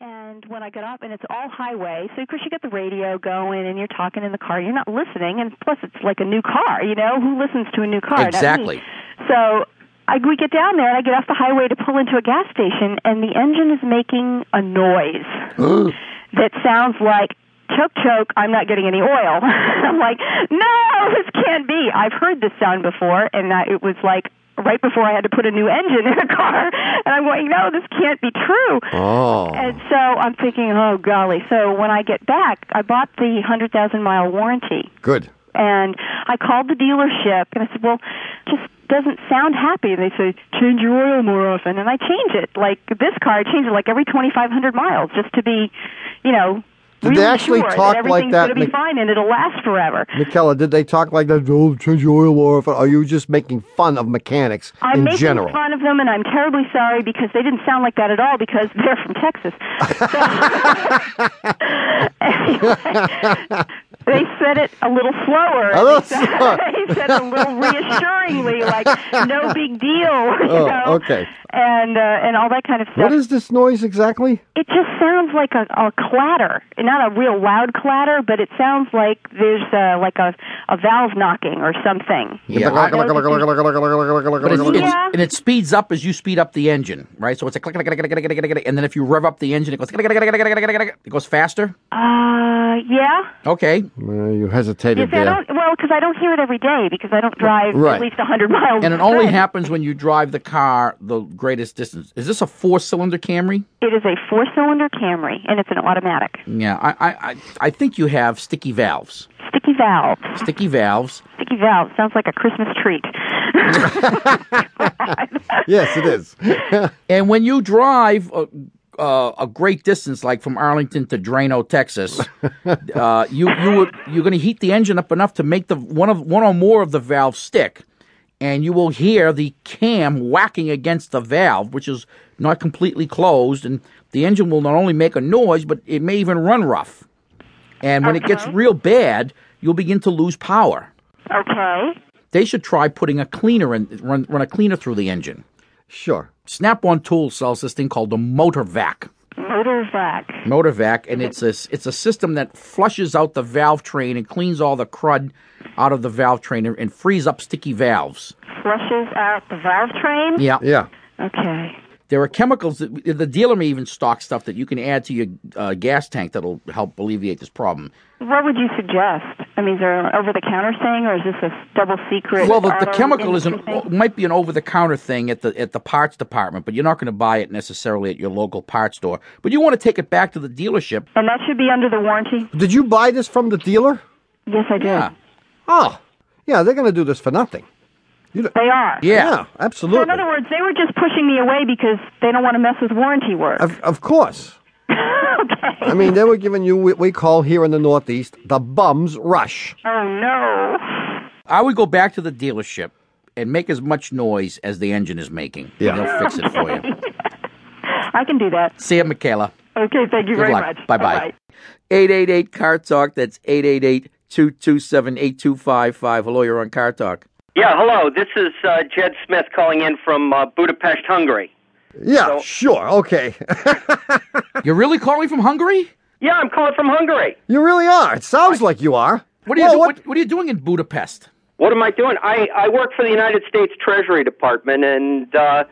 And when I got up, and it's all highway, so of course you got the radio going, and you're talking in the car. You're not listening, and plus it's like a new car. You know who listens to a new car? Not me. Exactly. So I, we get down there, and I get off the highway to pull into a gas station, and the engine is making a noise Mm. that sounds like choke choke i'm not getting any oil i'm like no this can't be i've heard this sound before and I, it was like right before i had to put a new engine in a car and i'm going no this can't be true Oh. and so i'm thinking oh golly so when i get back i bought the hundred thousand mile warranty Good. and I called the dealership and I said, "Well, just doesn't sound happy." And they say, "Change your oil more often." And I change it like this car. I change it like every 2,500 miles just to be, you know, Did really they actually sure talk that like everything's that going to in be the- fine and it'll last forever. Michaela, did they talk like that? Oh, change your oil more often. Are you just making fun of mechanics I'm in making general? fun of them, and I'm terribly sorry because they didn't sound like that at all because they're from Texas. So, Anyway, they said it a little slower. A little they, said, slower. they said it a little reassuringly, like no big deal. You Oh, know? okay. And uh, and all that kind of stuff. What is this noise exactly? it just sounds like a, a clatter, not a real loud clatter, but it sounds like there's uh, like a a valve knocking or something. Yeah, I- But it's, it's, Yeah. and it speeds up as you speed up the engine, right? So it's a click, click, click, click, click, click, click, click, and then if you rev up the engine, it goes. click, click, click, click, click, click, click. It goes faster. Uh, yeah. Okay. Uh, you Yes, hesitated I there. don't. Well, because I don't hear it every day because I don't drive Right. at least 100 miles. And it only a day. happens when you drive the car the greatest distance. Is this a four-cylinder Camry? It is a four-cylinder Camry, and it's an automatic. Yeah, I, I, I, I think you have sticky valves. Sticky valve. Sticky valves. Sticky valve sounds like a Christmas treat. Yes, it is. And when you drive a, uh, a great distance, like from Arlington to Drano, Texas, uh, you you would, you're going to heat the engine up enough to make the one of one or more of the valves stick, and you will hear the cam whacking against the valve, which is not completely closed, and the engine will not only make a noise, but it may even run rough. And when it gets Okay. real bad, you'll begin to lose power. okay. They should try putting a cleaner and run run a cleaner through the engine. Sure. Snap-on Tool sells this thing called a motor vac. Motor vac. Motor vac, and it's a it's a system that flushes out the valve train and cleans all the crud out of the valve train and, and frees up sticky valves. Flushes out the valve train. Yeah. Yeah. Okay. There are chemicals that the dealer may even stock stuff that you can add to your uh, gas tank that'll help alleviate this problem. What would you suggest? I mean, is there an over-the-counter thing, or is this a double secret? Well, the, the auto chemical is an industry thing? might be an over the counter thing at the at the parts department, but you're not going to buy it necessarily at your local parts store. But you want to take it back to the dealership. and that should be under the warranty. Did you buy this from the dealer? Yes, I do. Yeah. Oh, yeah. They're going to do this for nothing. They are. Yeah. absolutely. In other words, they were just pushing me away because they don't want to mess with warranty work. Of, of course. okay. I mean, they were giving you what we call here in the Northeast the bum's rush. Oh no. I would go back to the dealership and make as much noise as the engine is making. Yeah. They'll fix it for you. I can do that. See you, Michaela. Okay, thank you Good very luck. much. Bye bye. 888 Car Talk. That's 888 227 8255. Hello, you're on Car Talk. Yeah, hello. This is uh, Jed Smith calling in from uh, Budapest, Hungary. Yeah, sure. Okay. You're really calling from Hungary? Yeah, I'm calling from Hungary. you really are. It sounds like you are. What are you, Well, do- what? What, are you doing in Budapest? What am I doing? I, I work for the United States Treasury Department, and uh,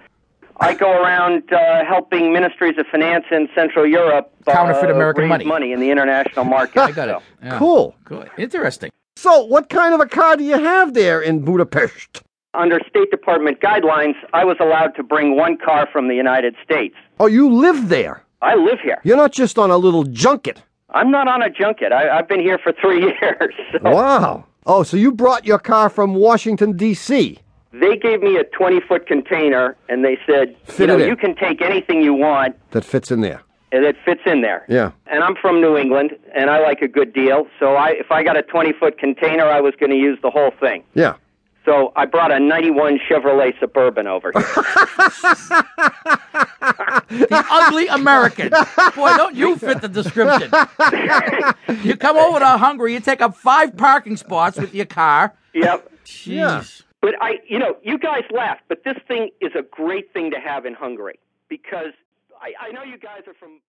I go around uh, helping ministries of finance in Central Europe uh, Counterfeit American raise money. in the international market. I got it. Yeah. Cool. Cool. Interesting. So, what kind of a car do you have there in Budapest? Under State Department guidelines, I was allowed to bring one car from the United States. Oh, you live there. I live here. You're not just on a little junket. I'm not on a junket. I, I've been here for three years. so Wow. Oh, so you brought your car from Washington, D.C. They gave me a 20 foot container, and they said, Fit you know, it in. you can take anything you want. that fits in there. and it fits in there. Yeah. And I'm from New England, and I like a good deal. So I, if I got a 20 foot container, I was going to use the whole thing. Yeah. So I brought a 91 Chevrolet Suburban over here. The ugly American. Boy, don't you fit the description. you come over to Hungary, you take up five parking spots with your car. yep. Jeez. Yeah. But I, you know, you guys laugh, but this thing is a great thing to have in Hungary because I, I know you guys are from.